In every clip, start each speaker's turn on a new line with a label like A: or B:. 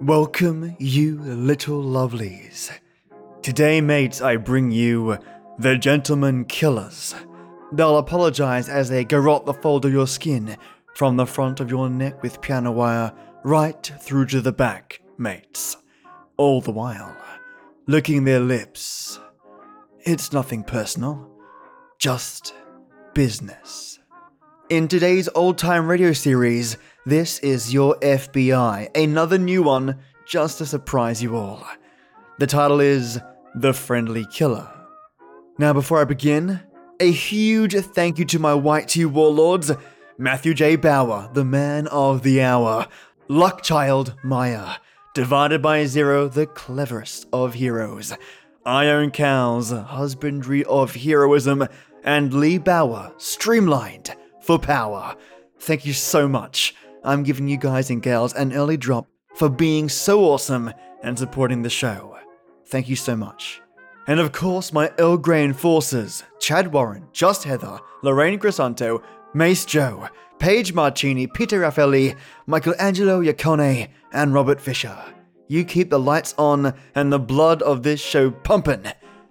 A: Welcome, you little lovelies. Today, mates, I bring you the Gentleman Killers. They'll apologize as they garrote the fold of your skin from the front of your neck with piano wire right through to the back, mates. All the while, licking their lips. It's nothing personal, just business. In today's old time radio series, this is your FBI, another new one just to surprise you all. The title is The Friendly Killer. Now, before I begin, a huge thank you to my White Tea Warlords, Matthew J. Bauer, the man of the hour, Luckchild Maya, divided by zero, the cleverest of heroes, Iron Cows, husbandry of heroism, and Lee Bauer, streamlined for power. Thank you so much. I'm giving you guys and gals an early drop for being so awesome and supporting the show. Thank you so much. And of course, my Earl Grey enforcers Chad Warren, Just Heather, Lorraine Grisanto, Mace Joe, Paige Marcini, Peter Raffaelli, Michelangelo Iacone, and Robert Fisher. You keep the lights on and the blood of this show pumping.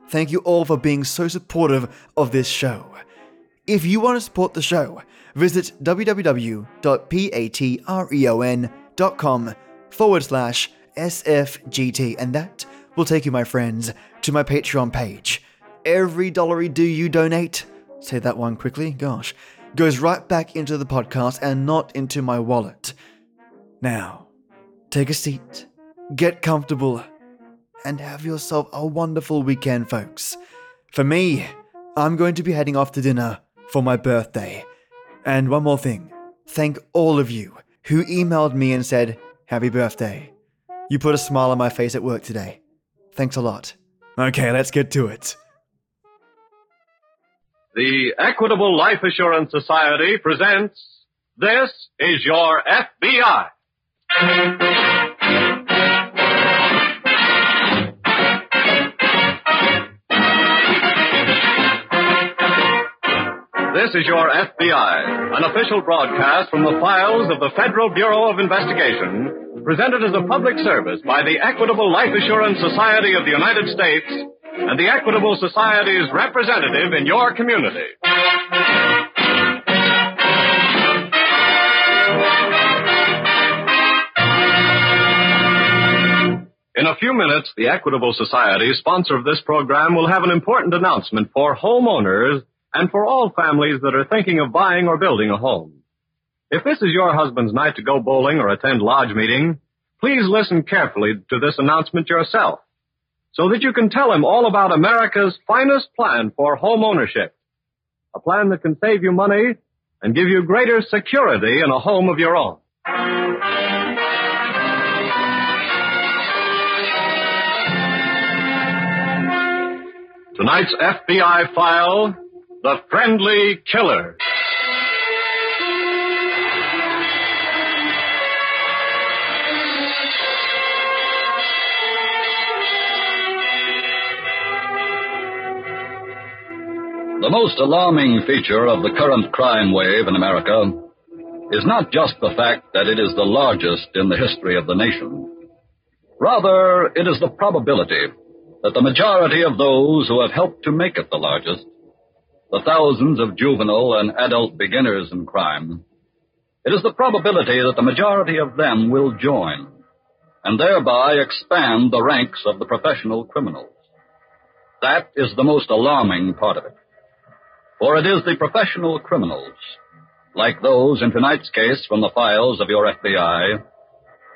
A: Thank you all for being so supportive of this show. If you want to support the show, visit www.patreon.com forward slash SFGT, and that will take you, my friends, to my Patreon page. Every dollary do you donate, say that one quickly, gosh, goes right back into the podcast and not into my wallet. Now, take a seat, get comfortable, and have yourself a wonderful weekend, folks. For me, I'm going to be heading off to dinner for my birthday. And one more thing thank all of you who emailed me and said, Happy birthday. You put a smile on my face at work today. Thanks a lot. Okay, let's get to it.
B: The Equitable Life Assurance Society presents This is Your FBI. This is Your FBI, an official broadcast from the files of the Federal Bureau of Investigation, presented as a public service by the Equitable Life Assurance Society of the United States and the Equitable Society's representative in your community. In a few minutes, the Equitable Society, sponsor of this program, will have an important announcement for homeowners and for all families that are thinking of buying or building a home. If this is your husband's night to go bowling or attend lodge meeting, please listen carefully to this announcement yourself so that you can tell him all about America's finest plan for home ownership. A plan that can save you money and give you greater security in a home of your own. Tonight's FBI file The Friendly Killer.
C: The most alarming feature of the current crime wave in America is not just the fact that it is the largest in the history of the nation. Rather, it is the probability that the majority of those who have helped to make it the largest, the thousands of juvenile and adult beginners in crime, it is the probability that the majority of them will join and thereby expand the ranks of the professional criminals. That is the most alarming part of it. For it is the professional criminals, like those in tonight's case from the files of your FBI,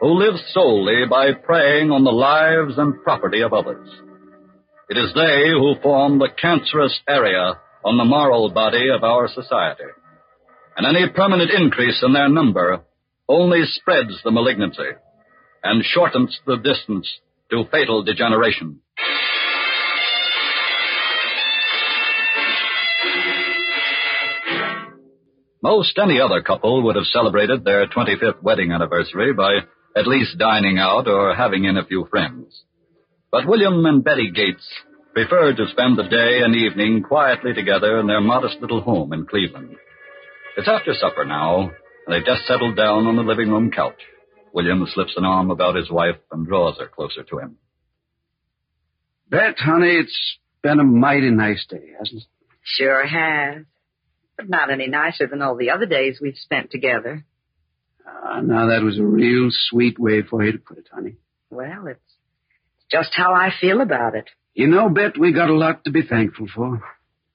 C: who live solely by preying on the lives and property of others. It is they who form the cancerous area on the moral body of our society. And any permanent increase in their number only spreads the malignancy and shortens the distance to fatal degeneration. Most any other couple would have celebrated their 25th wedding anniversary by at least dining out or having in a few friends. But William and Betty Gates preferred to spend the day and evening quietly together in their modest little home in Cleveland. It's after supper now, and they've just settled down on the living room couch.
D: William slips an arm about his wife and draws her closer to him.
C: Bet, honey, it's been a mighty nice day, hasn't it?
E: Sure has. But not any nicer than all the other days we've spent together.
C: Ah, now that was a real sweet way for you to put it, honey.
E: Well, it's just how I feel about it.
C: You know, Bet, we got a lot to be thankful for.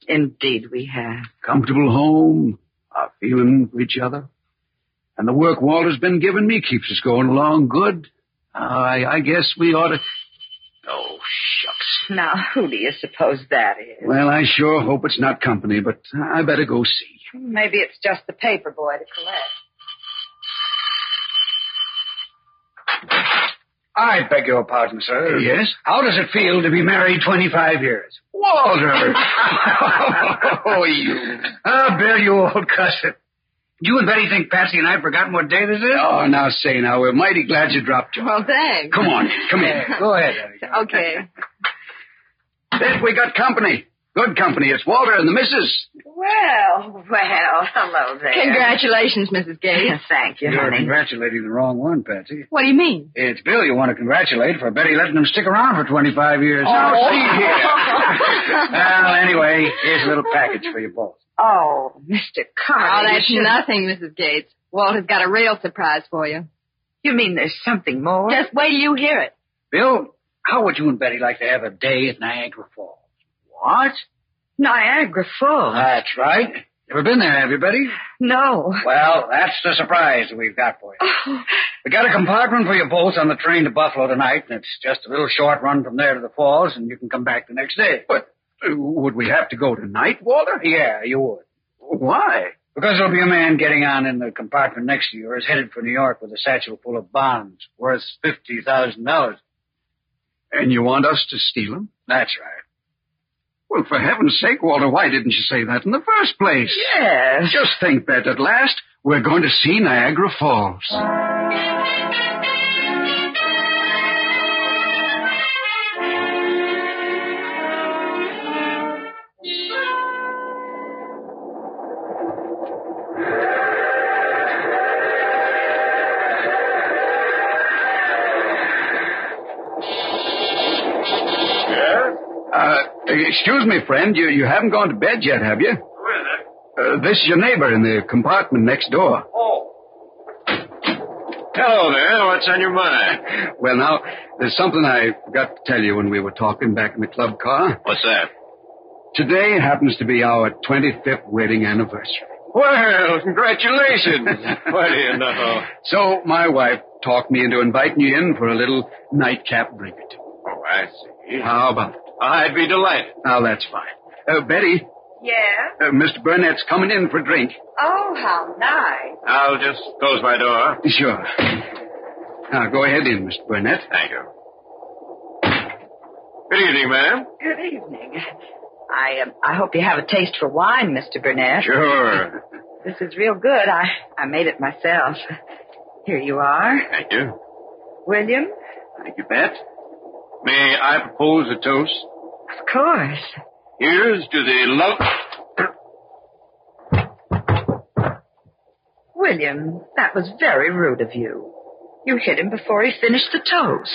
E: Indeed, we have.
C: Comfortable home, our feeling for each other. And the work Walter's been giving me keeps us going along good. I, I guess we ought to... Oh, shucks.
E: Now, who do you suppose that is?
C: Well, I sure hope it's not company, but I better go see.
E: Maybe it's just the paper boy to collect.
F: I beg your pardon, sir.
C: Yes?
F: How does it feel to be married 25 years?
C: Walter!
F: oh, you. Ah, Bill, you old cussip. You and Betty think Patsy and I have forgotten what day this is?
C: Oh, now say now, we're mighty glad you dropped your...
E: Well, thanks.
C: Come on, come in.
F: Go ahead.
E: Okay.
C: Bet, we got company. Good company. It's Walter and the missus.
E: Well, well, hello there.
G: Congratulations, Mrs. Gates.
E: Thank you,
F: You're
E: honey.
F: congratulating the wrong one, Patsy.
G: What do you mean?
F: It's Bill you want to congratulate for Betty letting him stick around for 25 years. Now, see here. well, anyway, here's a little package for you both.
E: Oh, Mr.
G: Oh,
E: Carter.
G: that's
E: you should-
G: nothing, Mrs. Gates. Walter's got a real surprise for you.
E: You mean there's something more?
G: Just wait till you hear it.
F: Bill, how would you and Betty like to have a day at Niagara Falls? What?
E: Niagara Falls.
F: That's right. Ever been there, have you, Betty?
E: no.
F: Well, that's the surprise that we've got for you. We got a compartment for you both on the train to Buffalo tonight, and it's just a little short run from there to the falls, and you can come back the next day.
C: But uh, would we have to go tonight, Walter?
F: Yeah, you would.
C: Why?
F: Because there'll be a man getting on in the compartment next to yours, headed for New York with a satchel full of bonds worth fifty thousand dollars.
C: And you want us to steal him?
F: That's right.
C: Well, for heaven's sake, Walter, why didn't you say that in the first place?
E: Yes.
C: Just think, Bet, at last, we're going to see Niagara Falls. Uh, excuse me, friend. You, you haven't gone to bed yet, have you?
B: Who is it?
C: Uh, this is your neighbor in the compartment next door.
B: Oh. Hello there. What's on your mind?
C: Well, now, there's something I forgot to tell you when we were talking back in the club car.
B: What's that?
C: Today happens to be our 25th wedding anniversary.
B: Well, congratulations. what do you know?
C: So my wife talked me into inviting you in for a little nightcap drink or two.
B: Oh, I see.
C: How about it?
B: I'd be delighted.
C: Now, that's fine. Uh, Betty,
E: Yeah?
C: uh, Mr. Burnett's coming in for a drink.
E: Oh, how nice.
B: I'll just close my door.
C: Sure. Now, go ahead in, Mr. Burnett.
B: Thank you. Good evening, ma'am.
E: Good evening. I um, I hope you have a taste for wine, Mr. Burnett.
B: Sure.
E: This is real good. I, I made it myself. Here you are.
B: Thank you.
E: William?
B: Thank you, Pat. May I propose a toast?
E: Of course.
B: Here's to the love.
E: William, that was very rude of you. You hit him before he finished the toast.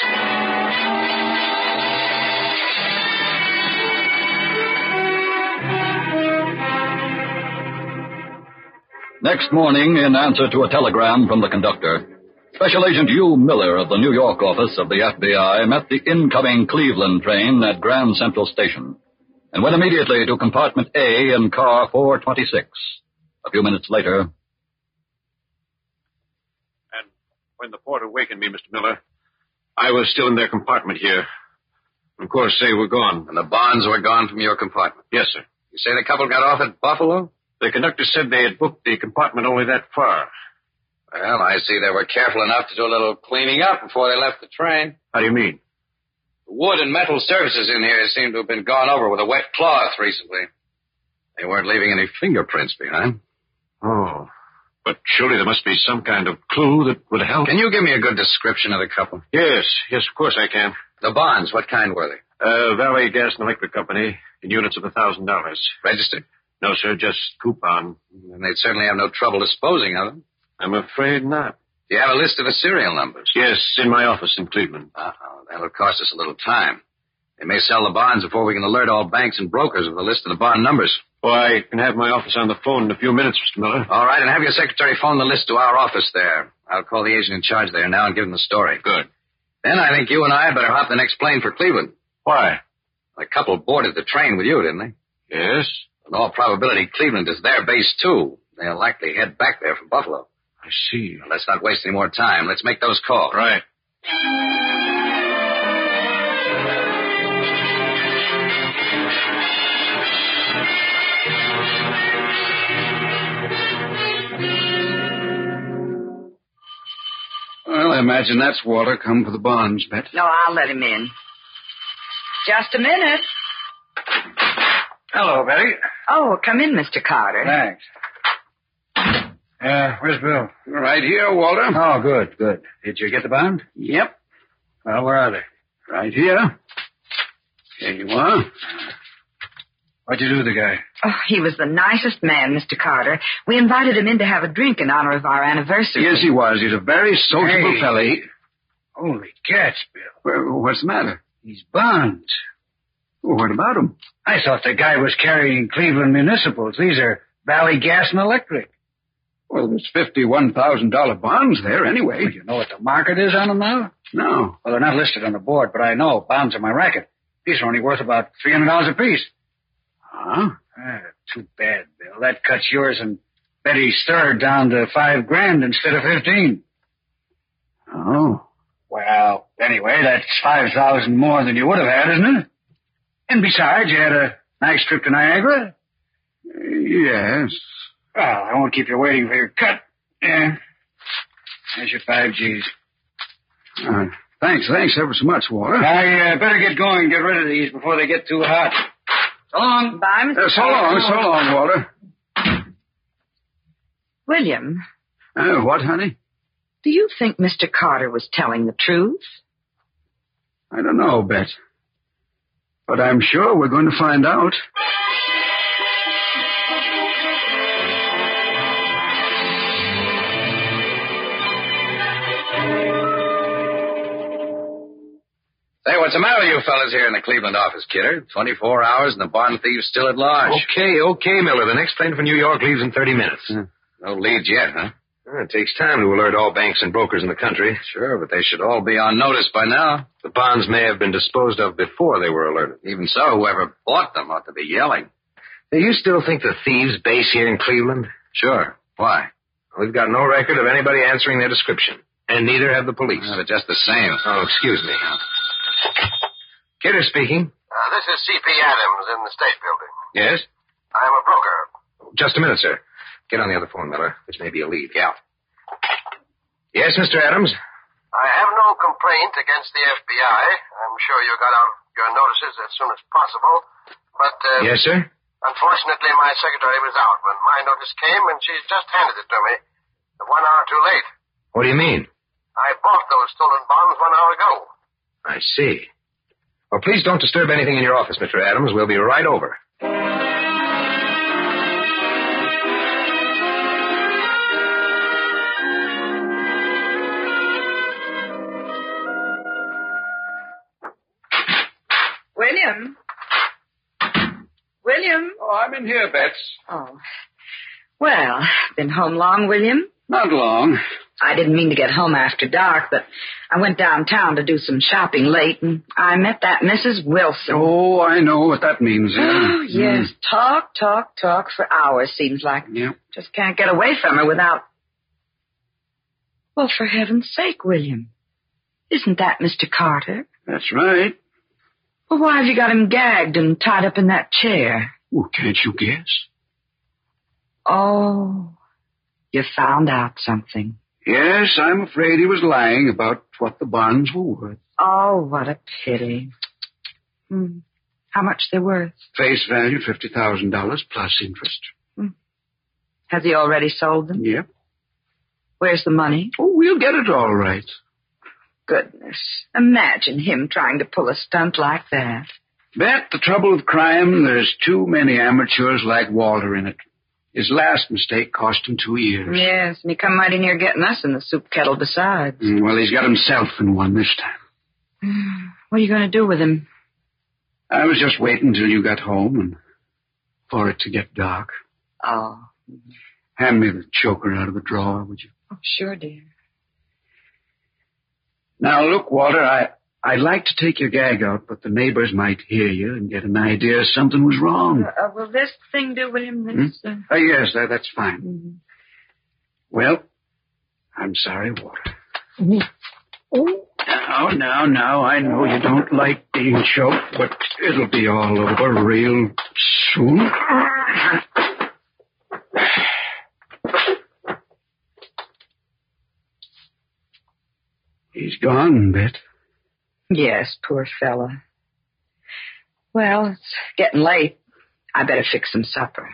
D: Next morning, in answer to a telegram from the conductor, Special Agent Hugh Miller of the New York office of the FBI met the incoming Cleveland train at Grand Central Station and went immediately to compartment A in car 426. A few minutes later,
B: And when the porter wakened me, Mr. Miller, I was still in their compartment here. Of course, they were gone.
H: And the bonds were gone from your compartment.
B: Yes, sir.
H: You say the couple got off at Buffalo?
B: The conductor said they had booked the compartment only that far.
H: Well, I see they were careful enough to do a little cleaning up before they left the train.
B: How do you mean?
H: The wood and metal services in here seem to have been gone over with a wet cloth recently. They weren't leaving any fingerprints behind.
B: Oh. But surely there must be some kind of clue that would help.
H: Can you give me a good description of the couple?
B: Yes, yes, of course I can.
H: The bonds, what kind were they?
B: Uh, Valley Gas and Electric Company in units of a thousand dollars.
H: Registered?
B: No, sir, just coupon.
H: Then they'd certainly have no trouble disposing of them.
B: I'm afraid not.
H: Do you have a list of the serial numbers?
B: Yes, in my office in Cleveland.
H: Uh-oh, that'll cost us a little time. They may sell the bonds before we can alert all banks and brokers of the list of the bond numbers.
B: Why, you can have my office on the phone in a few minutes, Mr. Miller.
H: All right, and have your secretary phone the list to our office there. I'll call the agent in charge there now and give him the story.
B: Good.
H: Then I think you and I had better hop the next plane for Cleveland.
B: Why?
H: A couple boarded the train with you, didn't they?
B: Yes.
H: In all probability, Cleveland is their base, too. They'll likely head back there from Buffalo.
B: I see.
H: Now, let's not waste any more time. Let's make those calls.
B: Right.
C: Well, I imagine that's Walter come for the bonds, Bet.
E: No, I'll let him in. Just a minute.
F: Hello, Betty.
E: Oh, come in, Mr. Carter.
F: Thanks. Uh, where's Bill?
C: Right here, Walter.
F: Oh, good, good. Did you get the bond?
C: Yep.
F: Well, where are they?
C: Right here. Here you are.
F: What'd you do to the guy?
E: Oh, he was the nicest man, Mr. Carter. We invited him in to have a drink in honor of our anniversary.
C: Yes, he was. He's a very sociable
F: Hey.
C: fellow. He-
F: Holy cats, Bill.
C: Well, what's the matter?
F: He's bonds.
C: Well, what about him?
F: I thought the guy was carrying Cleveland municipals. These are Valley Gas and Electric.
C: Well, there's fifty-one thousand dollar bonds there anyway.
F: You know what the market is on them now?
C: No.
F: Well, they're not listed on the board, but I know bonds are my racket. These are only worth about three hundred dollars apiece.
C: Huh?
F: Ah, too bad, Bill. That cuts yours and Betty's third down to five grand instead of fifteen.
C: Oh.
F: Well, anyway, that's five thousand more than you would have had, isn't it? And besides, you had a nice trip to Niagara.
C: Yes.
F: Well, I won't keep you waiting for your cut. Yeah. There's your five G's.
C: Uh, thanks, thanks ever so much, Walter.
F: I uh, better get going and get rid of these before they get too hot. So long.
E: Bye, Mr.
C: Uh, so long, so long, Walter.
E: William,
C: Uh, what, honey?
E: do you think Mr. Carter was telling the truth?
C: I don't know, Bet. But I'm sure we're going to find out.
H: Say, what's the matter with you fellas here in the Cleveland office, Kidder? 24 hours and the bond thief's still at large.
B: Okay, okay, Miller. The next plane for New York leaves in 30 minutes.
H: Hmm. No leads yet, huh?
B: Uh, It takes time to alert all banks and brokers in the country.
H: Sure, but they should all be on notice by now.
B: The bonds may have been disposed of before they were alerted.
H: Even so, whoever bought them ought to be yelling.
B: Do you still think the thieves' base here in Cleveland?
H: Sure. Why?
B: We've got no record of anybody answering their description, and neither have the police.
H: Well, but just the same.
B: Oh, excuse me. Kidder speaking.
I: Uh, this is C.P. Adams in the State Building.
B: Yes?
I: I'm a broker.
B: Just a minute, sir. Get on the other phone, Miller. This may be a lead. Yeah. Yes, Mr. Adams?
I: I have no complaint against the FBI. I'm sure you got out your notices as soon as possible. But uh,
B: Yes, sir?
I: unfortunately, my secretary was out when my notice came, and she's just handed it to me. One hour too late.
B: What do you mean?
I: I bought those stolen bonds one hour ago.
B: I see. Well, please don't disturb anything in your office, Mr. Adams. We'll be right over.
E: William. William.
C: Oh, I'm in here, Bets.
E: Oh. Well, been home long, William?
C: Not long.
E: I didn't mean to get home after dark, but I went downtown to do some shopping late, and I met that Mrs. Wilson.
C: Oh, I know what that means. yeah. Hmm.
E: Oh, yes. Talk, talk, talk for hours, seems like.
C: Mm, Yep.
E: Just can't get away from her without. Well, for heaven's sake, William. Isn't that Mr. Carter?
C: That's right.
E: Well, why have you got him gagged and tied up in that chair?
C: Well, can't you guess?
E: Oh, you found out something.
C: Yes, I'm afraid he was lying about what the bonds were worth.
E: Oh, what a pity. Hmm. How much they're worth?
C: Face value fifty thousand dollars plus interest.
E: Has he already sold them?
C: Yep.
E: Where's the money?
C: Oh, we'll get it all right.
E: Goodness. Imagine him trying to pull a stunt like that.
C: Bet the trouble with crime, there's too many amateurs like Walter in it. His last mistake cost him two years.
E: Yes, and he come mighty near getting us in the soup kettle besides.
C: Mm, Well, he's got himself in one this time.
E: What are you going to do with him?
C: I was just waiting till you got home and for it to get dark.
E: Oh,
C: Hand me the choker out of the drawer, would you?
E: oh sure, dear.
C: Now, look, Walter, I, I'd like to take your gag out, but the neighbors might hear you and get an idea something was wrong.
E: Uh, uh, will this thing do with him?
C: Hmm?
E: This, uh,
C: Oh, yes, that, that's fine. Well, I'm sorry, Walter.
E: Oh.
C: Now, now, now, I know you don't like being choked, but it'll be all over real soon. He's gone, Bet.
E: Yes, poor fella. Well, it's getting late. I better fix some supper.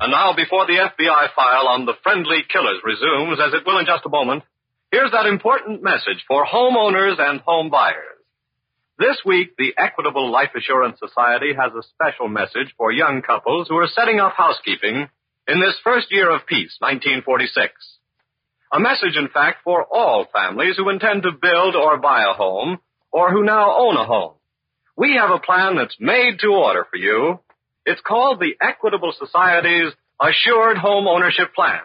B: And now, before the FBI file on the friendly killers resumes, as it will in just a moment, here's that important message for homeowners and home buyers. This week, the Equitable Life Assurance Society has a special message for young couples who are setting up housekeeping in this first year of peace, 1946. A message, in fact, for all families who intend to build or buy a home, or who now own a home. We have a plan that's made to order for you, it's called the Equitable Society's Assured Home Ownership Plan,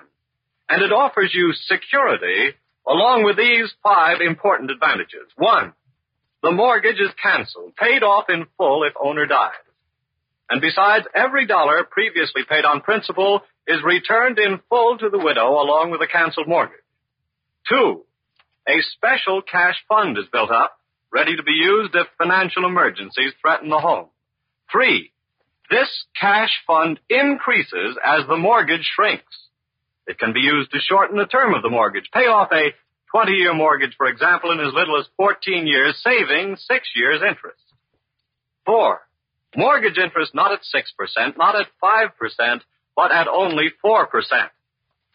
B: and it offers you security along with these five important advantages. One, the mortgage is canceled, paid off in full if owner dies. And besides, every dollar previously paid on principal is returned in full to the widow along with the canceled mortgage. Two, a special cash fund is built up, ready to be used if financial emergencies threaten the home. Three, this cash fund increases as the mortgage shrinks. It can be used to shorten the term of the mortgage, pay off a 20 year mortgage, for example, in as little as 14 years, saving six years interest. Four, mortgage interest not at 6%, not at 5%, but at only 4%.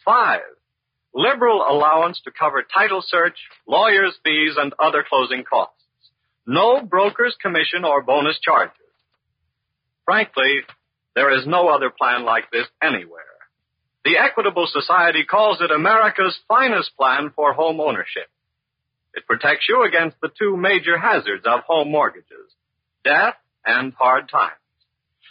B: Five, liberal allowance to cover title search, lawyer's fees, and other closing costs. No broker's commission or bonus charges. Frankly, there is no other plan like this anywhere. The Equitable Society calls it America's finest plan for home ownership. It protects you against the two major hazards of home mortgages, death and hard times.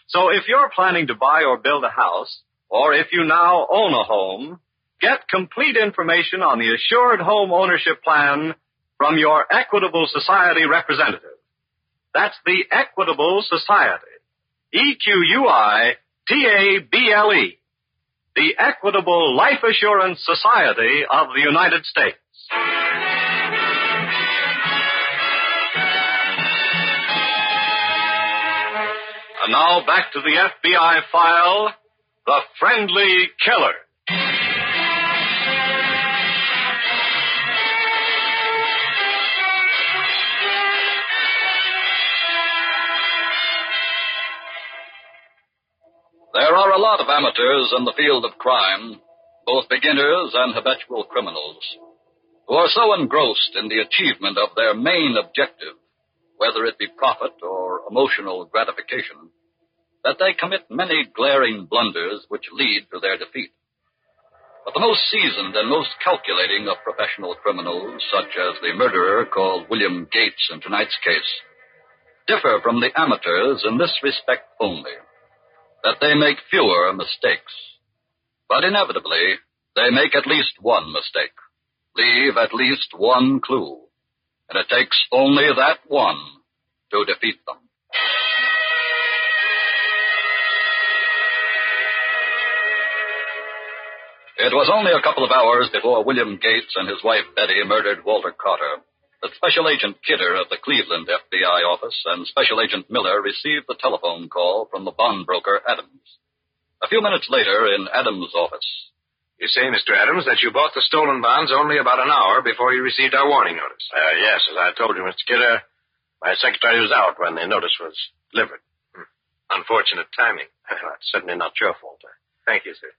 B: So if you're planning to buy or build a house, or if you now own a home, get complete information on the Assured Home Ownership Plan from your Equitable Society representative. That's the Equitable Society. E Q U I T A B L E. The Equitable Life Assurance Society of the United States. And now back to the FBI file The Friendly Killer.
D: There are a lot of amateurs in the field of crime, both beginners and habitual criminals, who are so engrossed in the achievement of their main objective, whether it be profit or emotional gratification, that they commit many glaring blunders which lead to their defeat. But the most seasoned and most calculating of professional criminals, such as the murderer called William Gates in tonight's case, differ from the amateurs in this respect only that they make fewer mistakes. But inevitably, they make at least one mistake, leave at least one clue, and it takes only that one to defeat them. It was only a couple of hours before William Gates and his wife Betty murdered Walter Carter that Special Agent Kidder of the Cleveland FBI office and Special Agent Miller received the telephone call from the bond broker Adams. A few minutes later, in Adams' office,
J: You say, Mr. Adams, that you bought the stolen bonds only about an hour before you received our warning notice.
I: Uh, yes, as I told you, Mr. Kidder, my secretary was out
K: uh.
J: Hmm.
I: when the notice was delivered. Unfortunate timing. Well, it's certainly not your fault. Thank you, sir.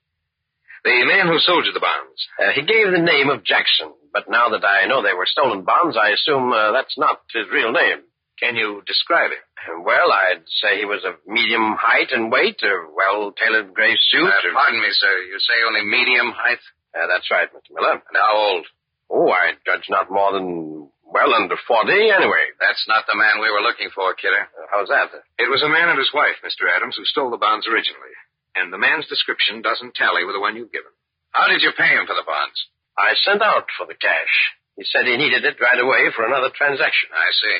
I: The man who sold you the bonds.
K: Uh, he gave the name of Jackson, but now that I know they were stolen bonds, I assume uh, that's not his real name.
I: Can you describe him?
K: Well, I'd say he was of medium height and weight, a well-tailored gray suit.
D: Uh,
K: a-
D: pardon me, sir. You say only medium height?
K: Uh, that's right, Mr. Miller.
D: And how old?
K: Oh, I judge not more than well under forty. Anyway,
D: That's not the man we were looking for, Kidder.
K: Uh, how's that?
I: It was a man and his wife, Mr. Adams, who stole the bonds originally. And the man's description doesn't tally with the one you've given.
D: How did you pay him for the bonds?
K: I sent out for the cash. He said he needed it right away for another transaction.
D: I see.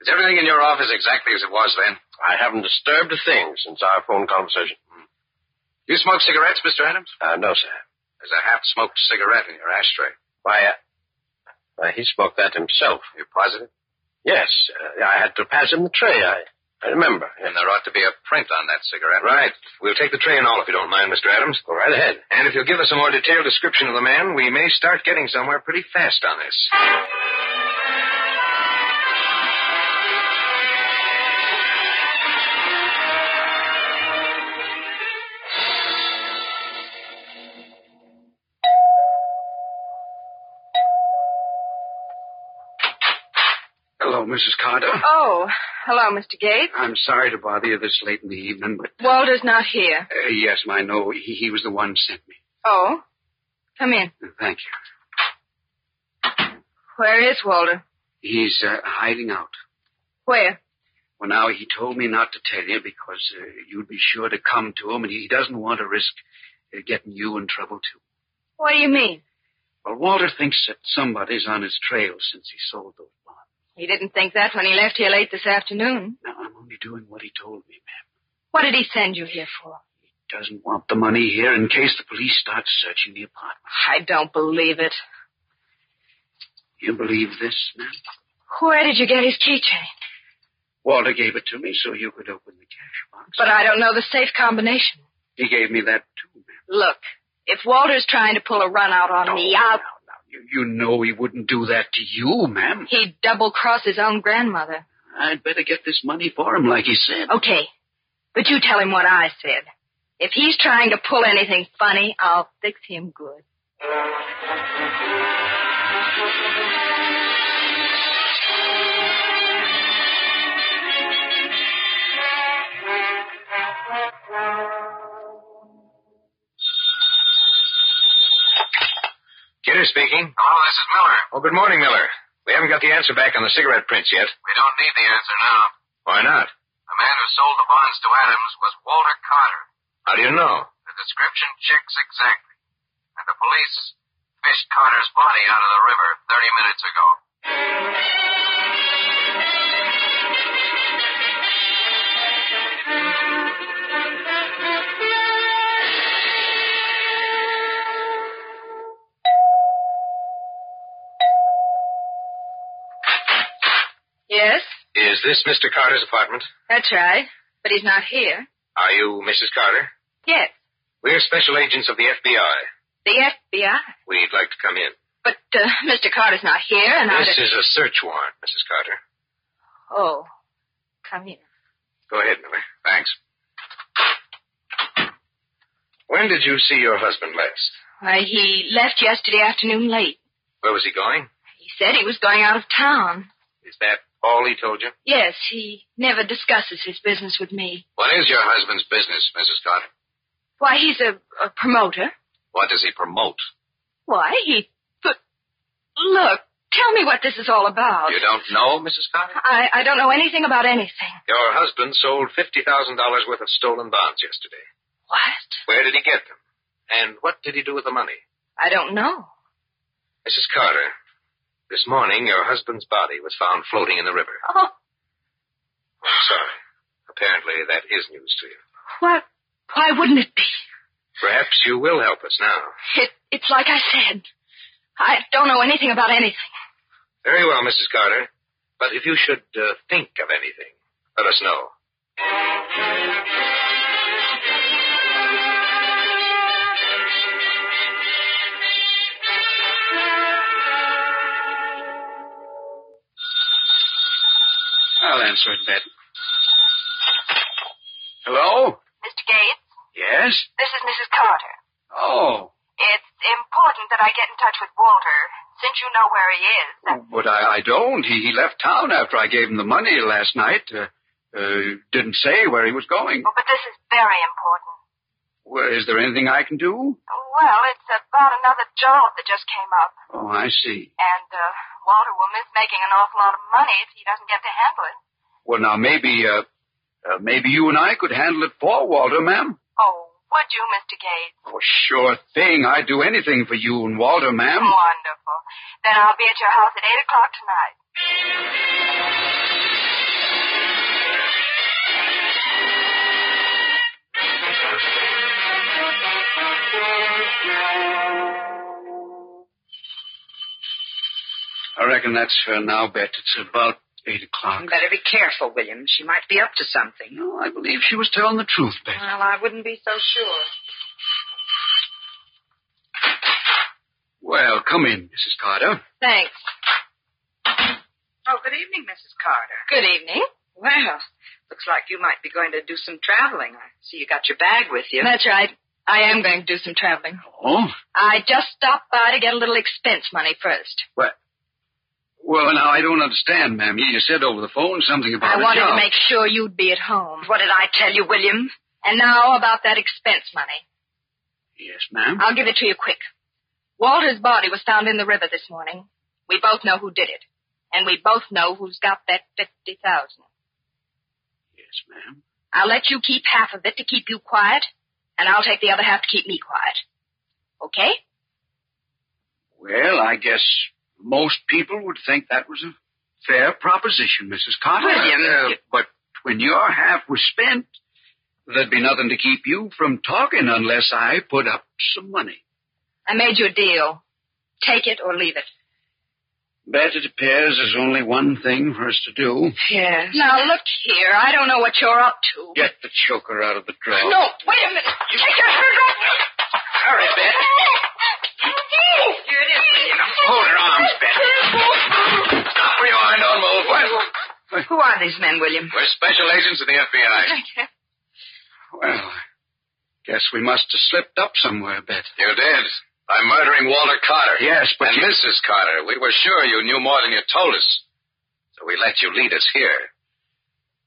D: Is everything in your office exactly as it was then?
K: I haven't disturbed a thing since our phone conversation.
D: Hmm. You smoke cigarettes, Mr. Adams?
K: Uh, no, sir.
D: There's a half smoked cigarette in your ashtray.
K: Why, uh, uh, he smoked that himself.
D: You positive?
K: Yes, uh, I had to pass him the tray. I, I remember.
D: And there ought to be a print on that cigarette.
I: Right. We'll take the tray and all if you don't mind, Mr. Adams.
K: Go right ahead.
I: And if you'll give us a more detailed description of the man, we may start getting somewhere pretty fast on this.
C: Hello, Mrs. Carter.
E: Oh, hello, Mr. Gates.
C: I'm sorry to bother you this late in the evening, but.
E: Walter's not here.
C: Uh, yes, I know. He, he was the one sent me.
E: Oh, come in.
C: Thank you.
E: Where is Walter?
C: He's uh, hiding out.
E: Where?
C: Well, now, he told me not to tell you because uh, you'd be sure to come to him, and he doesn't want to risk uh, getting you in trouble, too.
E: What do you mean?
C: Well, Walter thinks that somebody's on his trail since he sold those bonds.
E: He didn't think that when he left here late this afternoon.
C: Now, I'm only doing what he told me, ma'am.
E: What did he send you here for?
C: He doesn't want the money here in case the police start searching the apartment.
E: I don't believe it.
C: You believe this, ma'am?
E: Where did you get his keychain?
C: Walter gave it to me so you could open the cash box.
E: But I don't know the safe combination.
C: He gave me that, too, ma'am.
E: Look, if Walter's trying to pull a run out on me,
C: now,
E: I'll.
C: now, you, you know he wouldn't do that to you, ma'am.
E: He'd double cross his own grandmother.
C: I'd better get this money for him, like he said.
E: Okay, but you tell him what I said. If he's trying to pull anything funny, I'll fix him good.
I: Kidder speaking.
K: Hello, this is Miller.
I: Oh, good morning, Miller. We haven't got the answer back on the cigarette prints yet.
K: We don't need the answer now.
I: Why not?
K: The man who sold the bonds to Adams was Walter Carter.
I: How do you know?
K: The description checks exactly. And the police fished Carter's body out of the river 30 minutes ago.
E: Yes,
I: Is this Mr. Carter's apartment?
E: that's right. But he's not here.
I: Are you Mrs. Carter?
E: Yes,
I: We're special agents of the FBI.
E: the FBI.
I: We'd like to come in.
E: But uh, Mr. Carter's not here, and I.
I: This is a search warrant, Mrs. Carter.
E: Oh, come here.
I: Go ahead, Miller. Thanks. When did you see your husband last?
E: Why, he left yesterday afternoon late.
I: Where was he going?
E: He said he was going out of town.
I: Is that all he told you?
E: Yes, he never discusses his business with me.
D: What is your husband's business, Mrs. Carter?
E: Why, he's a, a promoter.
D: What does he promote?
E: Why, he. But look, tell me what this is all about.
D: You don't know, Mrs. Carter?
E: I, I don't know anything about anything.
I: Your husband sold $50,000 worth of stolen bonds yesterday.
E: What?
I: Where did he get them? And what did he do with the money?
E: I don't know.
I: Mrs. Carter, this morning your husband's body was found floating in the river.
E: Oh,
I: I'm sorry. Apparently that is news to you.
E: what? Why wouldn't it be?
I: Perhaps you will help us now.
E: It, it's like I said. I don't know anything about anything.
I: Very well, Mrs. Carter. But if you should uh, think of anything, let us know.
C: I'll answer it, Ben. Hello?
E: Mr. Gates?
L: Yes?
G: This is Mrs. Carter.
L: Oh,
G: It's important that I get in touch with Walter, since you know where he is.
C: But I, I don't. He, he left town after I gave him the money last night. Uh, uh, didn't say where he was going.
G: But this is very important.
C: Well, is there anything I can do?
G: Well, it's about another job that just came up,
C: Oh, I see.
G: and uh, Walter will miss making an awful lot of money if he doesn't get to handle it.
C: Well, now maybe, uh, uh, maybe you and I could handle it for Walter, ma'am.
G: Oh, would you, Mr. Gates?
C: Oh, sure thing. I'd do anything for you and Walter, ma'am.
G: Wonderful. Then I'll be at your house at 8 o'clock tonight.
C: I reckon that's her now, Bet. It's about eight o'clock.
E: Better be careful, William. She might be up to something.
C: No, I believe she was telling the truth, Bet.
E: Well, I wouldn't be so sure.
C: Well, come in, Mrs. Carter.
G: Thanks.
E: Oh, good evening, Mrs. Carter.
G: Good evening.
E: Well, looks like you might be going to do some traveling. I see you got your bag with you.
G: That's right. I am going to do some traveling.
C: Oh?
G: I just stopped by to get a little expense money first.
C: Well, now, I don't understand, ma'am. You, you said over the phone something about
G: I
C: a
G: wanted
C: job.
G: to make sure you'd be at home. What did I tell you, William? And now about that expense money.
C: Yes, ma'am.
G: I'll give it to you quick. Walter's body was found in the river this morning. We both know who did it. And we both know who's got that 50,000.
C: Yes, ma'am.
G: I'll let you keep half of it to keep you quiet, and I'll take the other half to keep me quiet. Okay?
C: Well, I guess most people would think that was a fair proposition, Mrs. Carter.
E: William,
C: Uh,
E: you-
C: But when your half was spent, there'd be nothing to keep you from talking unless I put up some money.
G: I made you a deal. Take it or leave it.
C: Bet it appears there's only one thing for us to do.
E: Yes.
G: Now look here, I don't know what you're up to.
C: Get the choker out of the drawer.
G: No, wait a minute. Take your hand off me.
C: Hurry, Bet.
E: Here it is, William.
C: Hold her arms, Bet. Stop where you are and don't move.
E: Who are these men, William?
C: We're special agents of the FBI.
G: Thank
C: Well, guess we must have slipped up somewhere, Bet.
M: You did. By murdering Walter Carter.
C: Yes, but
M: And
C: you-
M: Mrs. Carter, we were sure you knew more than you told us. So we let you lead us here.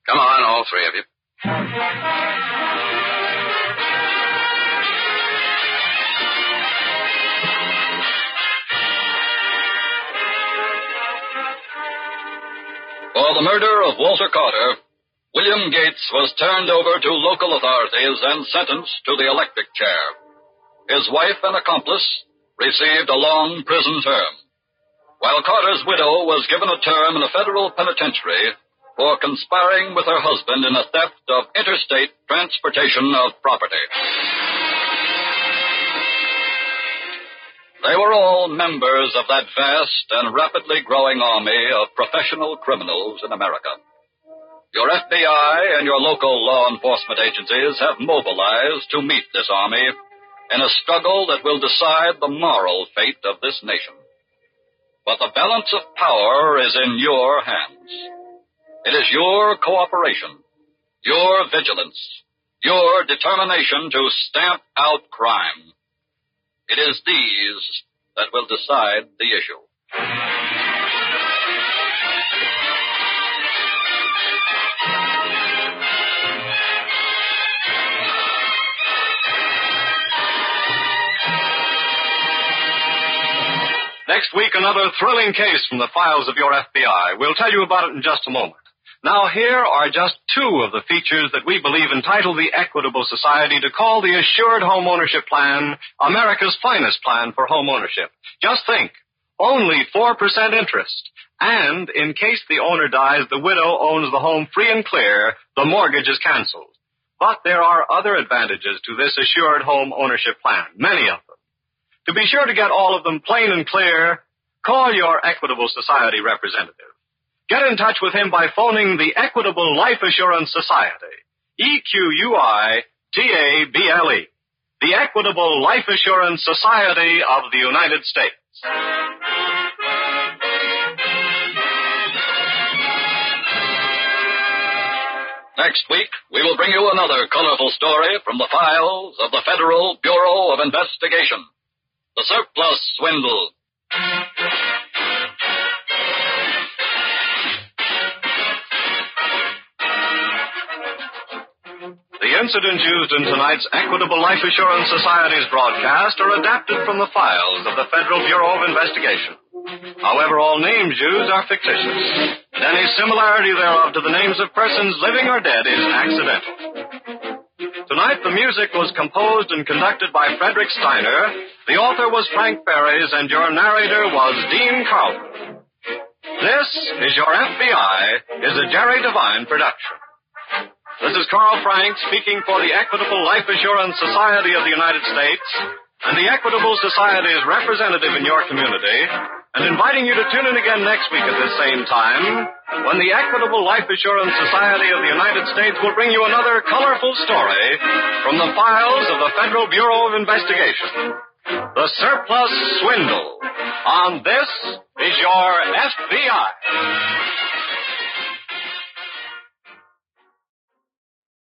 M: Come on, all three of you.
D: For the murder of Walter Carter, William Gates was turned over to local authorities and sentenced to the electric chair. His wife and accomplice received a long prison term, while Carter's widow was given a term in a federal penitentiary for conspiring with her husband in a theft of interstate transportation of property. They were all members of that vast and rapidly growing army of professional criminals in America. Your FBI and your local law enforcement agencies have mobilized to meet this army in a struggle that will decide the moral fate of this nation. But the balance of power is in your hands. It is your cooperation, your vigilance, your determination to stamp out crime it is these that will decide the issue.
B: Next week, another thrilling case from the files of your FBI. We'll tell you about it in just a moment. Now, here are just two of the features that we believe entitle the Equitable Society to call the Assured Home Ownership Plan America's finest plan for home ownership. Just think, only 4% interest. And in case the owner dies, the widow owns the home free and clear, the mortgage is canceled. But there are other advantages to this Assured Home Ownership Plan, many of them. To be sure to get all of them plain and clear, call your Equitable Society representative. Get in touch with him by phoning the Equitable Life Assurance Society, E E-Q-U-I-T-A-B-L-E, E, the Equitable Life Assurance Society of the United States.
D: Next week, we will bring you another colorful story from the files of the Federal Bureau of Investigation The Surplus Swindle.
B: The incidents used in tonight's Equitable Life Assurance Society's broadcast are adapted from the files of the Federal Bureau of Investigation. However, all names used are fictitious, and any similarity thereof to the names of persons living or dead is accidental. Tonight, the music was composed and conducted by Frederick Steiner, the author was Frank Ferries, and your narrator was Dean Carlton. This is Your FBI is a Jerry Devine production. This is Carl Frank speaking for the Equitable Life Assurance Society of the United States and the Equitable Society's representative in your community, and inviting you to tune in again next week at this same time when the Equitable Life Assurance Society of the United States will bring you another colorful story from the files of the Federal Bureau of Investigation The Surplus Swindle. On this is your FBI.